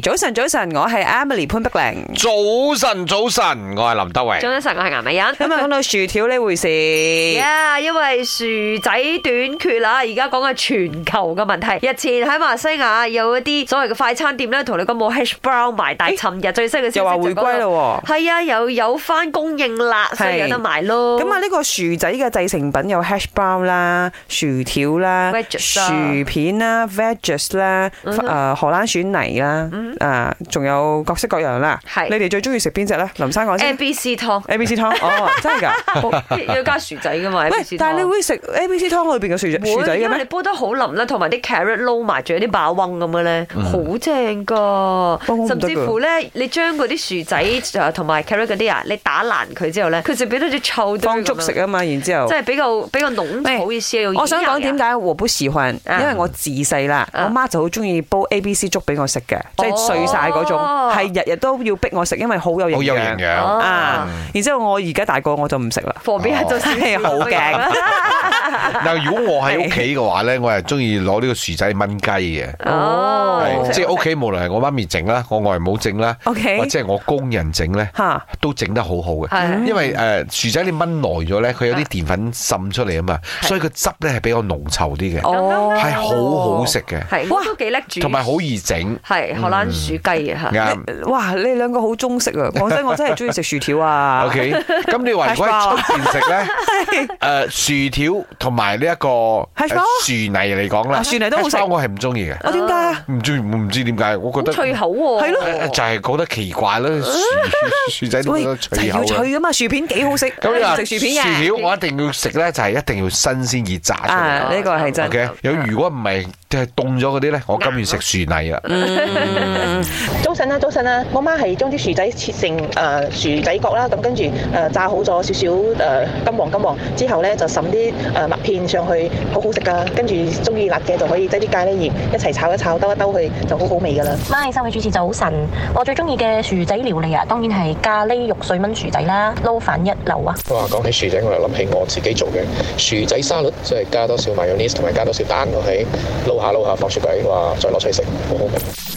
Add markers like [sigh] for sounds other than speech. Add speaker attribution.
Speaker 1: 早晨，早晨，我係 Emily 潘碧
Speaker 2: [laughs]
Speaker 1: 玲。
Speaker 3: 早晨，早晨，我係林德
Speaker 2: 早
Speaker 3: 榮。
Speaker 2: 晨，我係顏
Speaker 1: [laughs]
Speaker 2: 美欣。
Speaker 1: 咁啊，講到薯條呢回事，
Speaker 2: 呀因為薯仔短缺啦，而家講嘅全球嘅問題。日前喺馬來西亞有一啲所謂嘅快餐店咧，同你講冇 hash brown 賣，但係尋日最新嘅消息
Speaker 1: 又話回歸
Speaker 2: 啦。
Speaker 1: 咯喎。
Speaker 2: 係啊，又有翻供應啦，所以
Speaker 1: 係
Speaker 2: 有得賣咯。
Speaker 1: 咁啊，呢個薯仔嘅製成品有 hash brown 啦、薯條啦、
Speaker 2: Wedges
Speaker 1: 薯
Speaker 2: 啊 Mm-hmm。
Speaker 1: 片啦、veggies 啦、
Speaker 2: 嗯哼
Speaker 1: 誒荷蘭蒜泥啦，啊，仲有各式各樣啦。
Speaker 2: Mm-hmm。係
Speaker 1: 你哋最中意食邊只咧？林生講
Speaker 2: A
Speaker 1: 先。
Speaker 2: B
Speaker 1: [laughs]
Speaker 2: C 湯 [laughs]
Speaker 1: A B C 湯，哦，真係㗎。
Speaker 2: 要加薯仔噶嘛？A
Speaker 1: 喂
Speaker 2: B C，
Speaker 1: 但係你
Speaker 2: 會
Speaker 1: 會食 A B C 湯裏邊嘅薯仔薯仔嘅
Speaker 2: 因為你
Speaker 1: 咩？
Speaker 2: 煲得好腍啦，同埋啲 carrot 撈埋，仲有啲霸翁咁嘅咧，好正噶
Speaker 1: 霸翁唔。得
Speaker 2: 甚
Speaker 1: 㗎
Speaker 2: 至乎咧，你將嗰啲薯仔呃同埋 carrot 嗰啲啊，你打爛佢之後咧，佢就變咗隻臭堆
Speaker 1: 放
Speaker 2: 咁
Speaker 1: 粥
Speaker 2: 樣
Speaker 1: 食啊嘛，然之後
Speaker 2: 即。係比較比較濃好意思啊！
Speaker 1: 我想講點
Speaker 2: 解？
Speaker 1: 解我不喜歡，
Speaker 2: 啊
Speaker 1: 因為我自細啦，我
Speaker 2: 啊
Speaker 1: 媽就好中意煲 A B C 粥俾我食嘅，即係碎晒嗰種，
Speaker 2: 哦
Speaker 1: 係日日都要逼我食，因為好有營
Speaker 3: 好有營
Speaker 1: 養
Speaker 3: 養，
Speaker 1: 啊。然之後我而家大個我就唔食啦，
Speaker 2: 貨比係就
Speaker 1: 真係好勁。
Speaker 3: 但係如果我喺屋企嘅話咧，我係中意攞呢個薯仔炆雞嘅。
Speaker 2: 哦
Speaker 3: 係
Speaker 2: 好食
Speaker 3: 即係屋企無論係我媽咪整啦，我外母整啦，
Speaker 1: OK
Speaker 3: 或者係我工人整咧，
Speaker 1: 嚇
Speaker 3: 都整得好好嘅。
Speaker 2: 係
Speaker 3: 因為誒薯仔你炆耐咗咧，佢有啲澱粉滲出嚟啊嘛，所以個汁咧係比較濃稠啲嘅，
Speaker 1: 哦，
Speaker 3: 係好好食嘅，
Speaker 2: 係我都幾叻煮，
Speaker 3: 同埋好易整。
Speaker 2: 係荷蘭鼠雞啊嚇。
Speaker 3: 啱。
Speaker 1: 哇！你兩個好中式啊！講真，我
Speaker 3: [laughs]
Speaker 1: 真係中意食薯條啊哎 [laughs]
Speaker 3: O K，咁你話如果喺出邊食咧，誒薯條同埋呢一個呃
Speaker 1: Hash brown？
Speaker 3: 薯泥嚟講啦，
Speaker 1: 啊薯泥都好食
Speaker 3: hash brown 我係唔中意嘅，
Speaker 1: 我點解啊？
Speaker 3: 唔知唔知點解，我覺
Speaker 2: 好
Speaker 3: 得
Speaker 2: 脆口喎，
Speaker 1: 係咯
Speaker 3: 呃就係覺得奇怪啦，
Speaker 1: [laughs]
Speaker 3: 薯薯仔都
Speaker 1: 喂，
Speaker 3: 覺
Speaker 1: 就係
Speaker 3: 得脆口
Speaker 1: 要
Speaker 3: 嘅。
Speaker 1: 脆噶嘛，薯片幾好食，哎
Speaker 3: 咁你話
Speaker 1: 食薯片嘅
Speaker 3: 薯條我一定要食咧，就係一定要新鮮熱炸出嚟。
Speaker 1: 啊，呢個係
Speaker 3: O
Speaker 1: 真。啊
Speaker 3: K，有如果唔係即係凍咗嗰啲咧，我今願食薯泥啊啦。
Speaker 4: 早晨啊，早晨啊！我媽係將啲薯仔切成誒、呃薯仔角啦，咁跟住誒炸好咗少少誒金黃金黃，之後咧就揼啲誒麥片上去，好好食噶。跟住中意辣嘅就可以擠啲咖喱鹽一齊炒一炒，兜一兜佢就好好味噶啦。
Speaker 5: 咪三位主持早晨，我最中意嘅薯仔料理啊，當然係咖喱肉碎炆薯仔啦，撈飯一流啊！
Speaker 6: 哇！講起薯仔，我又諗起我自己做嘅薯仔沙律，即係加多少 mayonnaise 同埋加多少蛋落去，撈下撈下放雪櫃，哇！再攞出去食，好好味。